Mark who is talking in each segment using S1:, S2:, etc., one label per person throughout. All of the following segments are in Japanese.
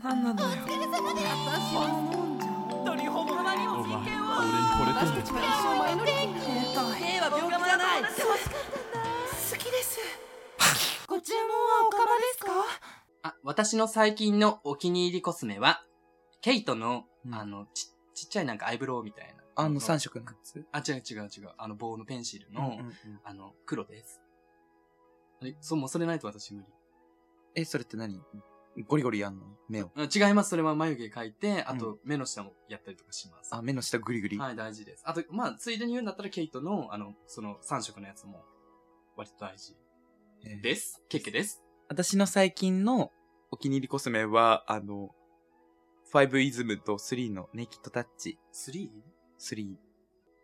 S1: 何なのよ私は飲んじゃおう
S2: ドリホモにも
S3: お前
S2: 人権を
S3: 俺に惚れてん
S1: 私
S3: の
S1: たちは一生前乗り切る兵は病気じゃない
S2: 楽し
S1: 好きですご注文はおかまですか
S4: あ、私の最近のお気に入りコスメは、ケイトの、
S3: うん
S4: あの、ち、ちっちゃいなんかアイブロウみたいな。
S3: あの3色のやつ
S4: あ、違う違う違う。あの棒のペンシルの、
S3: うんうんうん
S4: あの、黒です。あれそう、もうそれないと私無理。
S3: え、それって何ゴリゴリやんの目を。
S4: うん違います。それは眉毛描いて、あ
S3: う
S4: と目の下もやったりとかします。
S3: あ、目の下グリグリ。
S4: はい、大事です。あと、まあ、ついでに言うんだったら、ケイトの、あの、その3色のやつも、割と大事
S3: えー
S4: です。ケッケです。
S3: 私の最近のお気に入りコスメは、あの、5イズムと3のネイキッドタッチ
S4: 3?
S3: 3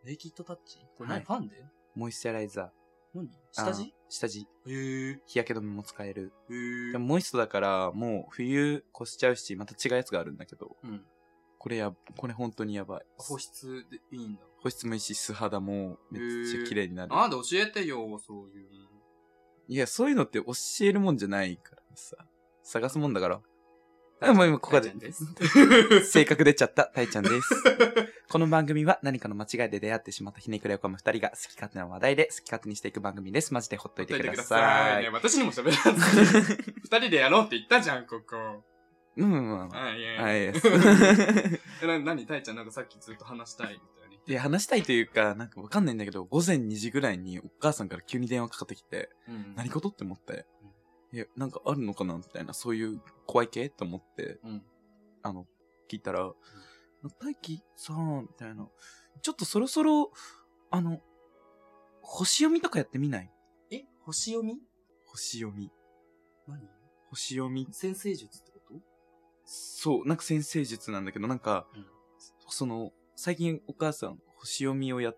S4: ネイキッドタッチこれ
S3: は
S4: 何、
S3: い
S4: ファンで
S3: モイスチャライザー。
S4: 何下
S3: あの
S4: 地
S3: 下地。
S4: へー。
S3: 日焼け止めも使える。
S4: へー。
S3: でもモイストだから、もう冬越しちゃうし、また違うやつがあるんだけど、
S4: うん。
S3: これや、これ本当にやばい。
S4: 保湿でいいんだ。
S3: 保湿もいいし、素肌もめっちゃ綺麗になる。
S4: なんで教えてよ、そういう。
S3: いや、そういうのって教えるもんじゃないからさ。探すもんだから。あ、もう今ここで
S4: 大ちゃんです。
S3: 性格出ちゃった、たいちゃんです。この番組は何かの間違いで出会ってしまったひねくれをかむ二人が好き勝手な話題で好き勝手にしていく番組です。マジでほっといてください。
S4: ね私にも喋らず に。二人でやろうって言ったじゃん、ここ。
S3: うんうんうん。は
S4: あ、いや
S3: い。
S4: えな、なに、たいちゃんなんかさっきずっと話したいみたいに。
S3: い や、話したいというか、なんかわかんないんだけど、午前2時ぐらいにお母さんから急に電話かかってきて、
S4: うん
S3: 何事って思って、いや、なんかあるのかなみたいな、そういう怖い系と思って、
S4: うん。
S3: あの、聞いたら、大輝さん、みたいな、ちょっとそろそろ、あの、星読みとかやってみない
S4: え、星読み
S3: 星読み。
S4: 何
S3: 星読み。
S4: 先生術ってこと
S3: そう、なんか先生術なんだけど、なんか、
S4: うん
S3: その、最近お母さん、星読みをや、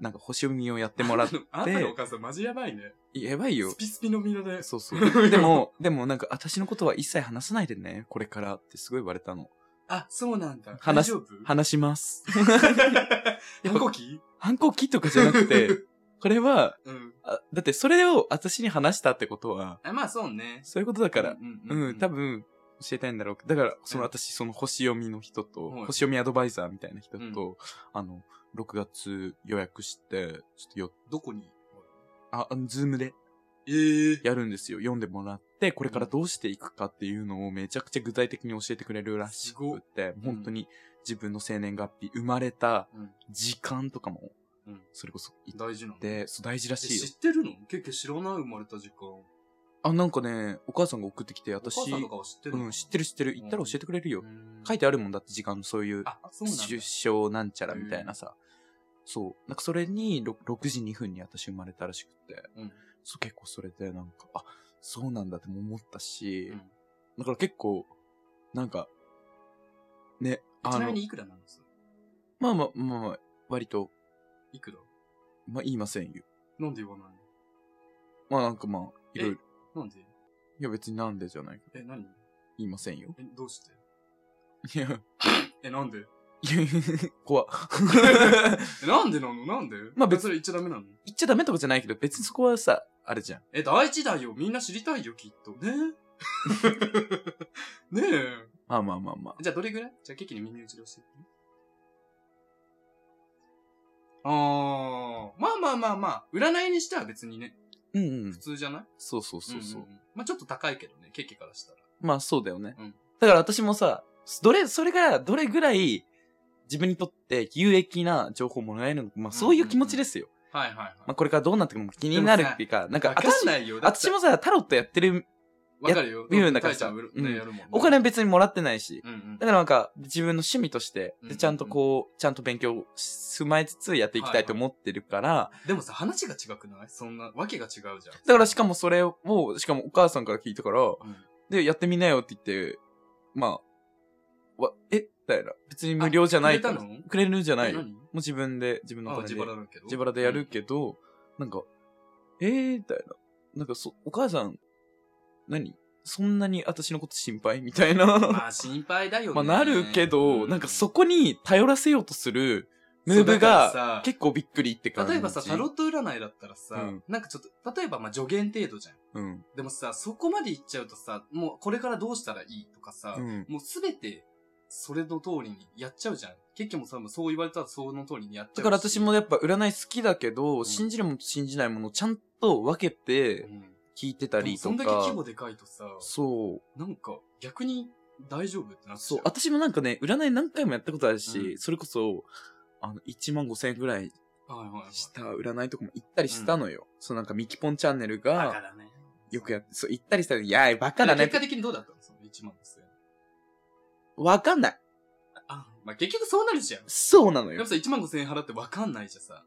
S3: なんか星読みをやってもらって、
S4: あんたのお母さんマジやばいね。
S3: やばいよ
S4: ス。ピスピの身のね。
S3: そうそう。でも、でもなんか、私のことは一切話さないでね、これからってすごい言われたの。
S4: あ、そうなんだ。
S3: 話
S4: 大丈夫
S3: 話します。
S4: 反抗期
S3: 反抗期とかじゃなくて、これは、
S4: うん。
S3: あだってそれを私に話したってことは、
S4: あ、まあそうね。
S3: そういうことだから、
S4: ん
S3: うん、多、分、教えたいんだろうけど。だから、その
S4: うん
S3: 私、その星読みの人と、
S4: はい
S3: 星読みアドバイザーみたいな人と、
S4: うん
S3: あの、6月予約して、ちょっとよ、
S4: どこに
S3: あ、あのズームで
S4: ええ
S3: やるんですよ。読んでもらって、これからどうしていくかっていうのをめちゃくちゃ具体的に教えてくれるらしくて、
S4: ご
S3: 本当に自分の生年月日、生まれた
S4: うん
S3: 時間とかも、
S4: うん
S3: それこそ言っ
S4: 大事なの
S3: て、そう大事ら
S4: え
S3: しいよ
S4: 知。ってるの結構知らない生まれた時間。
S3: あ、なんかね、お母さんが送ってきて、
S4: お母
S3: 私、
S4: さんとかは知ってるの
S3: うん、知ってる知ってる。
S4: うん
S3: 行ったら教えてくれるよ。
S4: うん
S3: 書いてあるもんだって時間のそういう
S4: あ、そうなんだ。
S3: 出生なんちゃらみたいなさ、そうなんかそれに 6, 6時2分に私生まれたらしくて、
S4: うん
S3: そう結構それでなんかあそうなんだっても思ったし、
S4: うん
S3: だから結構なんかね
S4: え
S3: あ
S4: ちな
S3: の
S4: みにいくらなんです
S3: まあまあまあ、まあ、割と
S4: いくら
S3: まあ言いませんよ
S4: なんで言わない
S3: まあなんかまあいろいろ
S4: のなんで
S3: いや別になんでじゃない
S4: え、何
S3: 言いませんよ
S4: え、どうし
S3: い
S4: て
S3: や
S4: え、なんで
S3: いや怖 っ
S4: え、なんでなのなんで
S3: まあ別
S4: に言っちゃダメなの
S3: 言っちゃダメとかじゃないけど別にそこはさあれじゃん
S4: え、大事だよ。みんな知りたいよ、きっ と。ねねえ。
S3: まあまあまあまあ
S4: じゃあどれぐらいじゃあケーキに耳打ちで教えて。あー。まあまあまあまあ。占いにしては別にね、
S3: うんうん
S4: 普通じゃない
S3: そうそうそうそう、
S4: んんんまあちょっと高いけどね、ケーキからしたら。
S3: まあそうだよね。
S4: うん
S3: だから私もさ、どれ、それがどれぐらい自分にとって有益な情報をもらえるのか、まあそういう気持ちですよ。
S4: はいはいはい。
S3: まあこれからどうなってくのか気になるっていうか、なんか
S4: わかん
S3: 私、
S4: ないよ。だって
S3: 私もさ、タロットやってる、
S4: わかるよ。
S3: 見るんだから
S4: 大ちゃ
S3: さ
S4: ん、ね
S3: うん
S4: やるもんね
S3: お金別にもらってないし、
S4: うんうん
S3: だ。からなんか自分の趣味として
S4: う、ん
S3: でちゃんとこう、ちゃんと勉強し踏まえつつやっていきたいと思ってるから、
S4: でもさ、話が違くないそんな、わけが違うじゃん。
S3: だからしかもそれを、しかもお母さんから聞いたから、
S4: うん
S3: で、やってみなよって言って、まあ、わ、えみたいな。別に無料じゃないから
S4: あくれたの
S3: くれるんじゃない
S4: え
S3: よ。も
S4: 何
S3: う自分で、自分の
S4: あ、
S3: 金で
S4: 自腹だけど。
S3: 自腹でやるけど、なんか、えー、みたいな。なんかそ、お母さん、何そんなに私のこと心配みたいな。
S4: まあ、心配だよね。
S3: まあ、なるけど、
S4: う
S3: なんかそこに頼らせようとするムーブ
S4: そうだからさ
S3: が結構びっくりって感じ。
S4: 例えばさ、タロット占いだったら
S3: う
S4: さ、
S3: ん
S4: なんかちょっと、例えばまあ助言程度じゃん。
S3: うん。
S4: でもさ、そこまでいっちゃうとさ、もうこれからどうしたらいいとかさ、
S3: うん。
S4: もうすべて、それの通りにやっちゃうじゃん。結局もさ、もうそう言われたらその通りにやっちゃうし
S3: だから私、もやっぱ占い好きだけど、信じるものと信じないものをちゃんと分け
S4: う
S3: て
S4: ん、
S3: 聞いてた
S4: でも
S3: り
S4: そ
S3: と
S4: んだけ規模
S3: か。
S4: でかいとさ、
S3: そう。
S4: なんか逆に大丈夫ってなっち
S3: そう
S4: ゃう。、
S3: 私もなんかね、占い何回もやったことあるし、
S4: うん
S3: それこそ、あの、1万5千円ぐらい
S4: はいはいはい。
S3: した占いとかも行ったりしたのよ。そうなんか、ミキポンチャンネル
S4: バカ
S3: が、
S4: だね。
S3: よくやって、そう、行ったりしたら、いやー、バカだね
S4: 結。果的にどうだったのその1万です
S3: わかんない。
S4: あ、まあ、結局そうなるじゃん。
S3: そうなの
S4: やっ
S3: よ
S4: ぱ。さ、1万5千円払ってわかんないじゃんさ。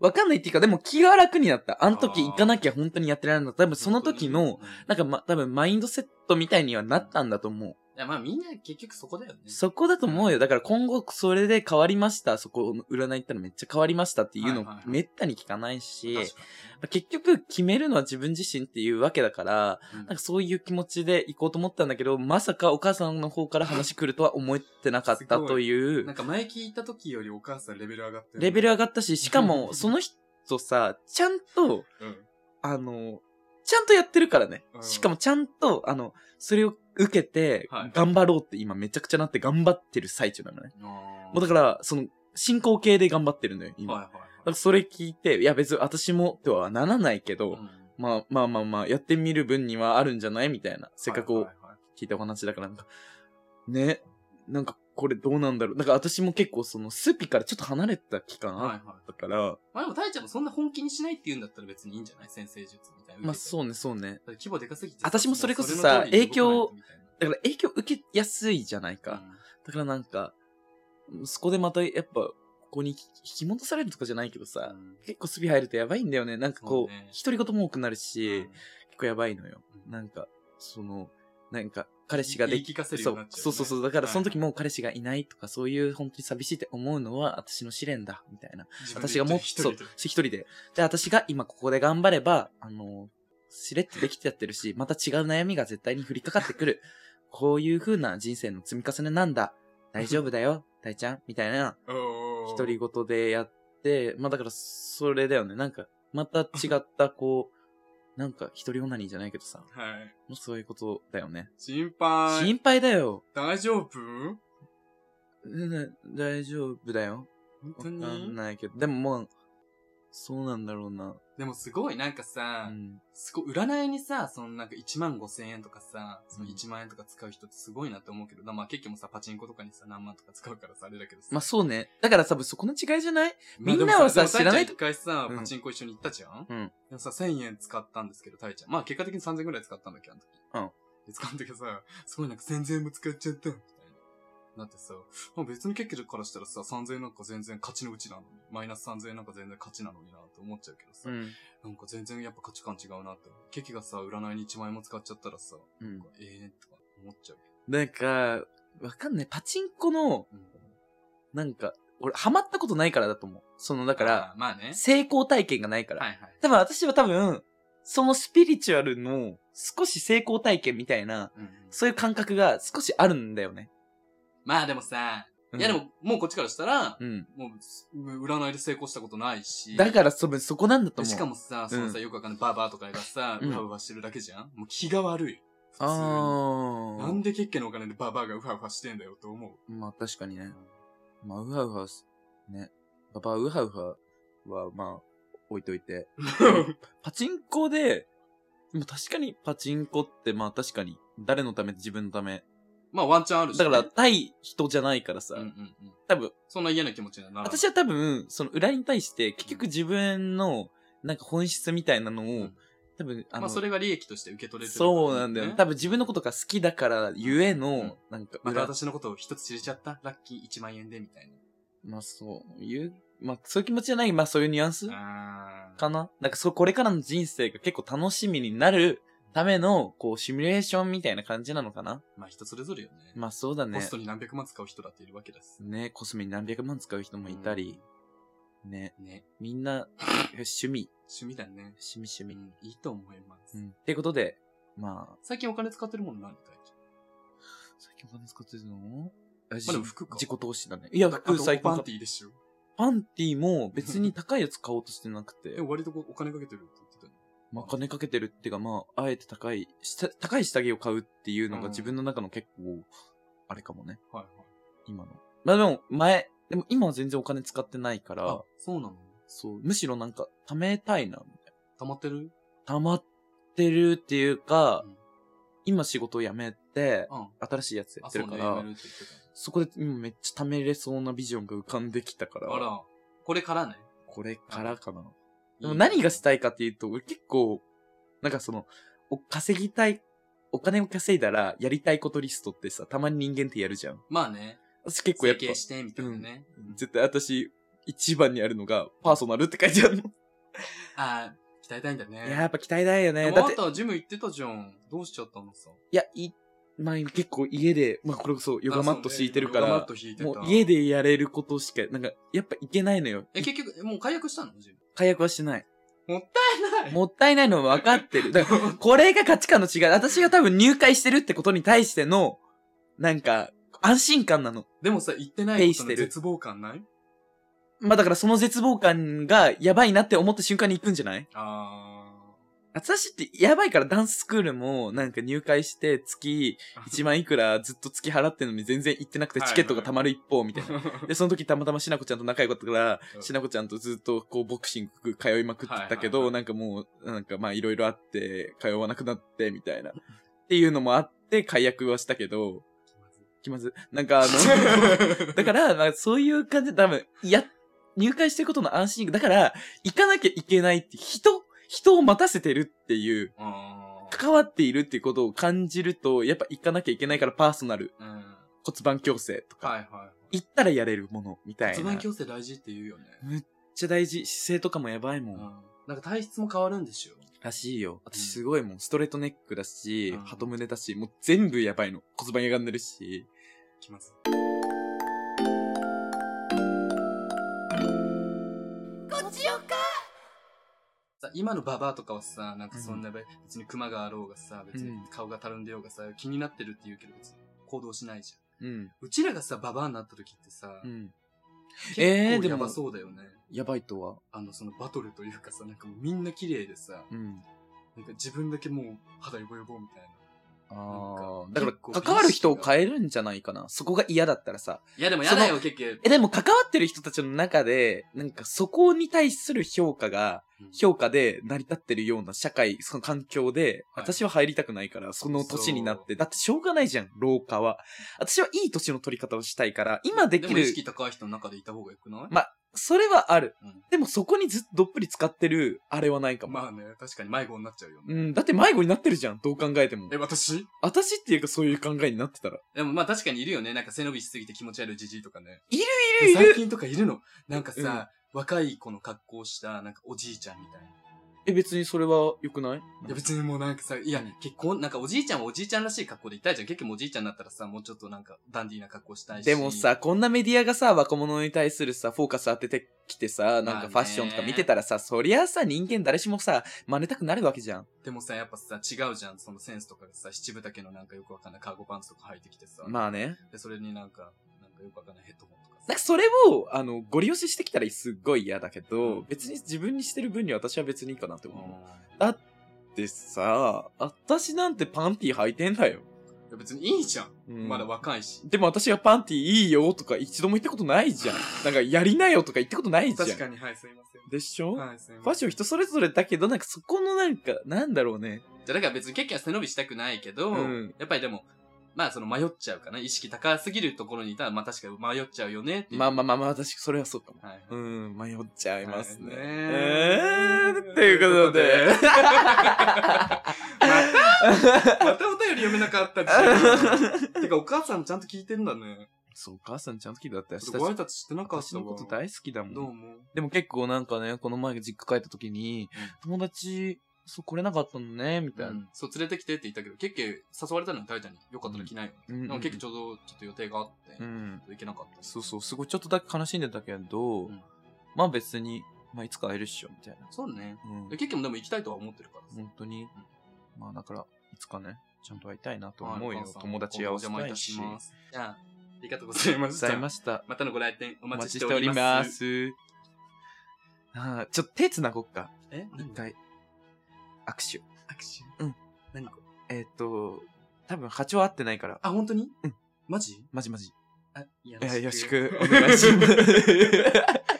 S3: わかんないっていうか、でも気が楽になった。あの時行かなきゃ本当にやってられなかった。多分その時の、
S4: うん、
S3: なんかま、多分マインドセットみたいにはなったんだと思う。
S4: いや、まあみんな結局そこだよね。
S3: そこだと思うよ。だから今後それで変わりました。そこの占い行ったらめっちゃ変わりましたっていうの
S4: はいはいはい
S3: めったに聞かないし、
S4: 確か
S3: まあ結局決めるのは自分自身っていうわけだから、
S4: にね
S3: なんかそういう気持ちで行こうと思ったんだけど、まさかお母さんの方から話来るとは思ってなかっ
S4: す
S3: た
S4: ごい
S3: という
S4: なん、か前聞いた時よりお母さんレベル上がってる。
S3: レベル上がったし、しかもその人さ、ちゃんと、
S4: うん。
S3: あの、ちゃんとやってるからね
S4: う。ん
S3: しかもちゃんと、あの、それを受けて
S4: はい、
S3: 頑張ろうって今めちゃくちゃなって頑張ってる最中なのね。
S4: も
S3: もうだから、その、進行形で頑張ってるのよ、今。
S4: はい
S3: だ
S4: はい
S3: からそれ聞いて、いや別に私もとはならないけど、
S4: はい。
S3: まあまあまあまあ、やってみる分にはあるんじゃないみたいな。せっかく
S4: はい
S3: を
S4: はいはい
S3: 聞いたお話だから、なんか、ね、なんかこれどうなんだろう。だから私も結構その、スピからちょっと離れてた期間
S4: はい
S3: あ
S4: はい
S3: ったから、
S4: まあでも、たいちゃんもそんな本気にしないって言うんだったら別にいいんじゃない先生術みたいな。。
S3: まあそううね、そうね。
S4: だって規模でかすぎて。
S3: 私もそれこそさ
S4: うの通りに動かないとみたい
S3: だから影響受けやすいじゃない
S4: な
S3: か。だからなんか、そこでまたやっぱ、ここに引き戻されるとかじゃないけどさ、
S4: うん
S3: 結構スピ入るとやばいんだよね。なんかこう
S4: そうね、
S3: 独り言も多くなる
S4: うん
S3: し、結構やばいのよ。
S4: うん
S3: なんか、その、なんか、彼氏が
S4: 言
S3: で
S4: い聞かせる
S3: そ
S4: よ
S3: う
S4: に
S3: う
S4: なっちゃうね
S3: そうそうそう。だからその時
S4: はい
S3: もう彼氏がいないとか、そういう本当に寂しいって思うのは私の試練だ、みたいな。
S4: 自分で
S3: 私がもっ
S4: 一
S3: と、そ
S4: 人
S3: う
S4: で
S3: 一
S4: 一人で
S3: 人で。で、私が今ここで頑張れば、あの、しれっとできてやってるし、また違う悩みが絶対に降りかかってくる。こういう風な人生の積み重ねなんだ。大丈夫だよ、大ちゃん。みたいな、
S4: おー
S3: 独り言でやって、まあだから、それだよね。なんか、また違った、こう、なんか、一人オナニーじゃないけどさ、
S4: はい。
S3: もうそういうことだよね。
S4: 心配。
S3: 心配だよ。
S4: 大丈夫
S3: うん大丈夫だよ。
S4: 本
S3: わ
S4: 当
S3: かん
S4: に
S3: ないけど、でももう、そうなんだろうな。
S4: でもすごい、なんか
S3: う
S4: さ、
S3: ん。
S4: すごい、占いにさ、そのなんか1万5千円とかさ、その
S3: うん
S4: 1万円とか使う人ってすごいなって思うけど、まあ結局もさ、パチンコとかにさ、何万とか使うからさ、あれだけどさ。
S3: まあそうね。だから多分そこの違いじゃない
S4: まあ
S3: みんなはさ
S4: でも
S3: 知らない
S4: でもタイちゃん一回
S3: う
S4: さ
S3: ん、
S4: パチンコ一緒に行ったじゃん
S3: うん。
S4: でもさ、1000円使ったんですけど、タイちゃん。まあ結果的に3000円ぐらい使ったんだっけ、あの時。
S3: うん
S4: で。使うんだけどさ、すごいなんか3000円も使っちゃった、みたいな。なってさ、まあ、別の結局からしたらさ、3000円なんか全然勝ちのうちなのに、マイナス3000円なんか全然勝ちなのになって思っちゃうけどさ、
S3: ん。
S4: なんか全然やっぱ価値観違うなって思う。ケキがさ、占いに1万円も使っちゃったらさ、
S3: うん
S4: なんかええとか思っちゃうけ
S3: なんか、わかんない。パチンコの、
S4: ど。
S3: なんか、俺、ハマったことないからだと思う。その、だから、
S4: あー、まあね。
S3: 成功体験がないから。
S4: はいはい。
S3: 多分私は多分、そのスピリチュアルの少し成功体験みたいな、
S4: うんうん
S3: そういう感覚が少しあるんだよね。
S4: まあでもさ、いやでも、もうこっちからしたら、
S3: うん。
S4: もうす、占いで成功したことないし。
S3: だから、多分そこなんだと思う。
S4: しかもさ、そのさ、
S3: うん
S4: よくわかんないバーバーとかがさ、
S3: うん
S4: ウハウハしてるだけじゃんもう気が悪い。普通に
S3: あ
S4: な
S3: あ
S4: ん。でケッケのお金でバーバーがウハウハしてんだよと思う。
S3: まあ確かにね。まあ、ウハウハす、ね。パパ、ウハウハは、まあ、置いといて。パチンコで、でも確かにパチンコって、まあ確かに、誰のため自分のため。
S4: まあワンチャンあるし、
S3: だから、、対人じゃないからさ、
S4: うんうんうん。
S3: 多分、
S4: そんな嫌な気持ちにはならない。
S3: 私は多分、その裏に対して、結局自分の、なんか本質みたいなのを、
S4: うん
S3: 多分、あの、
S4: まあそれが利益として受け取れてるからね、
S3: そうなんだよ、ね。多分自分のことが好きだから、ゆえの、
S4: うん
S3: なんか
S4: また
S3: 裏、
S4: 私のことを一つ知れちゃったラッキー1万円でみたいな。
S3: まあそういう、まあそういう気持ちじゃない、まあそういうニュアンス
S4: あー
S3: かななんかそう、これからの人生が結構楽しみになるための、こう、シミュレーションみたいな感じなのかな
S4: まあ人それぞれよね。
S3: まあそうだね。
S4: コストに何百万使う人だっているわけです。
S3: ね、コスメに何百万使う人もいたり、ね、
S4: うん。ね。
S3: みん な、趣味、
S4: 趣味だね。
S3: 趣味趣
S4: う
S3: 味。
S4: ん、いいと思います。
S3: うん。っていうことで、ま
S4: 最近お金使ってるもの何大ち
S3: あ、最近お金使ってるのあ
S4: でも服か
S3: 自己投資だね。いや、
S4: ゃんあと
S3: 服最
S4: パ
S3: 高
S4: ンティーでしょ。
S3: パンティも別に高いやつ買おうとしてなくて
S4: え、、割とこうお金かけてるって言ってたよね
S3: まあ、金かけてるっていうか、まあ、あえて高い、下高い下着を買うっていうの
S4: うん
S3: が自分の中の結構、あれかもね、
S4: はいはい。
S3: 今の。まあでも、前、でも今は全然お金使ってないか
S4: あ
S3: ら、、
S4: そうなの
S3: そう、むしろなんか、貯めたいな、みたい
S4: 溜まってる
S3: な。溜まってるっていうか、
S4: うん
S3: 今仕事を辞めて、
S4: うん。
S3: 新しいやつや
S4: あ、
S3: って
S4: そう
S3: るか
S4: ね、
S3: ら、
S4: やめるって言ってたね。
S3: そこで今めっちゃ貯めれそうなビジョンが浮かんできたから、
S4: あら、これからね。
S3: これからかな。
S4: いい
S3: でも何がしたいかっていうと、俺結構、なんかその、お稼ぎたい、お金を稼いだらやりたいことリストってさ、たまに人間ってやるじゃん。
S4: まあね、
S3: 私結構やっ
S4: 整
S3: ぱ、
S4: 形してみたいなね。
S3: 絶対私、一番にあるのが、パーソナルって書いてある の。
S4: あー、鍛えたいんだね。
S3: いや、やっぱ鍛えたいよね。
S4: で
S3: だ
S4: も
S3: っ
S4: あ
S3: て
S4: ん、たジム行ってたじゃん。どうしちゃったのさ。
S3: いや、い、まあ結構家で、まあこれこそヨガマット敷いてるか
S4: ヨガマッ
S3: ら、
S4: ト敷いてた。
S3: もう家。でやれることしか、なんか、やっぱいけないのよ。
S4: え、結局、もう解約したのジム。
S3: 解約はしてない。
S4: もったいない。
S3: もったいないのは分かってる。だから、 これが価値観の違い。私が多分入会してるってことに対しての、なんか、安心感なの。
S4: でもさ、行ってな
S3: ペ
S4: い
S3: イ
S4: こ
S3: し
S4: との
S3: てる
S4: 絶望感ない
S3: まあだからその絶望感がやばいなって思った瞬間に行くんじゃない
S4: あ
S3: 私ってやばいからダンススクールもなんか入会して月1万いくらずっと月払ってんのに全然行ってなくて
S4: はい
S3: チケットが溜まる一方みたい な。
S4: ー。
S3: で、その時たまたましなこちゃんと仲良かったから、
S4: うん
S3: しなこちゃんとずっとこうボクシング通いまくってたけど、
S4: はいはい
S3: なんかもう、なんかまあいろいろあって、通わなくなってみたいな。っていうのもあって解約はしたけど、気まずい。なん かあ の、だから、まあそういう感じで多分、いや、入会してることの安心、だから、行かなきゃいけないって、人、人を待たせてるっていう、
S4: あー
S3: 関わっているっていうことを感じると、やっぱ行かなきゃいけないからパーソナル、
S4: うん。
S3: 骨盤矯正とか、
S4: はいは
S3: 行ったらやれるもの、みた
S4: い。
S3: い
S4: 骨
S3: な。
S4: 盤
S3: めっ
S4: 矯正大事って言うよね。
S3: ちゃ大事、姿勢とかもやばいも。
S4: うんん。なんか体質も変わるんでしょ。
S3: らしいよ。
S4: うん
S3: 私すごいもん、ストレートネックだし、
S4: うん
S3: 鳩胸だし、もう全部やばいの。骨盤歪んでるし。
S4: 気まずい。
S1: ごちよか
S4: さ今のババアとかはさ、なんかそんなべ、別にクマがあろうがさ、別に
S3: うん
S4: 顔がたるんでようがさ、気になってるって言うけど別に行動しないじ
S3: うん。
S4: ゃん。うちらがさ、ババアになった時ってさ、
S3: うん。
S4: 結
S3: えー
S4: 構
S3: で
S4: や
S3: も
S4: ばそうだよね。
S3: やばいとは
S4: あの、そのバトルというかさ、なんかもうみんな綺麗でさ、
S3: うん。
S4: なんか自分だけもう肌ヨボヨボみたいな。
S3: あ
S4: なん
S3: あ。だ
S4: か結
S3: か
S4: 構
S3: ら、関わる人を変えるんじゃないかな。そこが嫌だったらさ。
S4: いやでもや
S3: や
S4: だ
S3: だ
S4: よ、
S3: よ
S4: 結局。
S3: え、でも関わってる人たちの中で、なんかそこに対する評価が、評価で成り立ってるような社会、その環境で、
S4: はい
S3: 私は入りたくないから、その年になって、だってしょうがないじゃん、老化は。私はいい年の取り方をしたいから、今でき
S4: も意
S3: る、
S4: 識高い人の中でいた方がよくない
S3: まそれはある。
S4: うん
S3: でもそこにずっとどっぷり使ってる、あれはないかも。
S4: まあね、確かに迷子になっちゃうよね。
S3: うん、だって迷子になってるじゃん、どう考えても
S4: え、。私
S3: 私っていうかそういう考えになってたら。
S4: でもまあ確かにいるよね。なんか背伸びしすぎて気持ち悪いじじいとかね。
S3: いるい
S4: 最
S3: る
S4: 近とかいるの。なんかさ、若い子の格好した、なんかおじいちゃんみたいな。
S3: え、別にそれは良くない
S4: いや別にもうなんかさ、いや
S3: うん、
S4: 結婚、なんかおじいちゃんはおじいちゃんらしい格好でいたいじゃん。結局おじいちゃんになったらさ、もうちょっとなんかダンディーな格好したいし。
S3: でもさ、、こんなメディアがさ、若者に対するさ、フォーカス当ててきてさ、なんかファッションとか見てたらさ、そりゃさ、人間誰しもさ、真似たくなるわけじゃん。
S4: でもさ、やっぱさ、違うじゃん。そのセンスとかがさ、七分丈のなんかよくわかんないカーゴパンツとか履いてきてさ。
S3: まあね。
S4: で、それになんか、なんかよくわかんないヘッドホンとかさ。
S3: なんかそれを、あの、ゴリ押ししてきたらすっごい嫌だけど、別に自分にしてる分には私は別にいいかなって
S4: うん
S3: 思う。でさ、私なんてパンティ履いてんだよ。
S4: いや別にいいじゃん。
S3: うん
S4: まだ若いし。
S3: でも私がパンティいいよとか一度も言ったことない じゃん。なんかやりなよとか言ったことないじゃん。
S4: 確かに、はい、すいません。
S3: でしょ、
S4: はい、すいま
S3: ファッシ
S4: せん。
S3: ョン人それぞれだけど、なんかそこのなんか、なんだろうね。
S4: じゃあだから別に結局は背伸びしたくないけど、
S3: うん
S4: やっぱりでも、まあその迷っちゃうかな。意識高すぎるところにいたら、まあ確かに迷っちゃうよねっていう。
S3: まあまあまあまあ、私、それはそうかも。
S4: あ。はい。
S3: うん、迷っちゃいますね。
S4: はいね
S3: えー、っていうことで。
S4: またお便り読めなかった じゃん。てかお母さんちゃんと聞いてんだね。
S3: そう、お母さんちゃんと聞いてだったよ。
S4: それご挨拶してなかっ
S3: 私
S4: た
S3: の
S4: わ。
S3: こと大好きだ
S4: ど
S3: も。
S4: うんも。
S3: でも結構なんかね、この前実家帰った時に、友達、そう、来れなかったのね、みたいな。
S4: そう、連れてきてって言ったけど、結局誘われたのに大ちゃんによかったら来ないよ。
S3: うんうん
S4: でも結局ちょうどちょっと予定があって、
S3: う
S4: ちょ
S3: ん
S4: っ。と行けなかった。
S3: そうそう、すごいちょっとだけ悲しんでたけど、
S4: うん
S3: まあ別に、まあいつか会えるっしょ、みたいな。
S4: そうね。
S3: うん
S4: で。結局でも行きたいとは思ってるからさ。
S3: 本当に、まあだから、いつかね、ちゃんと会いたいなと思うよ。友達
S4: は
S3: や
S4: い
S3: お
S4: お
S3: せ
S4: 邪魔
S3: た
S4: いた
S3: い
S4: し
S3: し。
S4: ます。じゃあ、りがとうございま
S3: ご
S4: した
S3: ざい。ました。
S4: またのご来店お
S3: お
S4: 待
S3: 待ち
S4: ちし
S3: してて
S4: お
S3: お
S4: り
S3: り
S4: ま。
S3: ますす。ああ、ちょっと手繋ごっか。
S4: え
S3: 一回。握手。
S4: 握手
S3: うん。
S4: 何これ
S3: えーっ、と、多分波長合ってないから。
S4: あ、本当に
S3: うん。
S4: マジ
S3: マジマジ。
S4: あ、よ
S3: えーよろしくお願いします。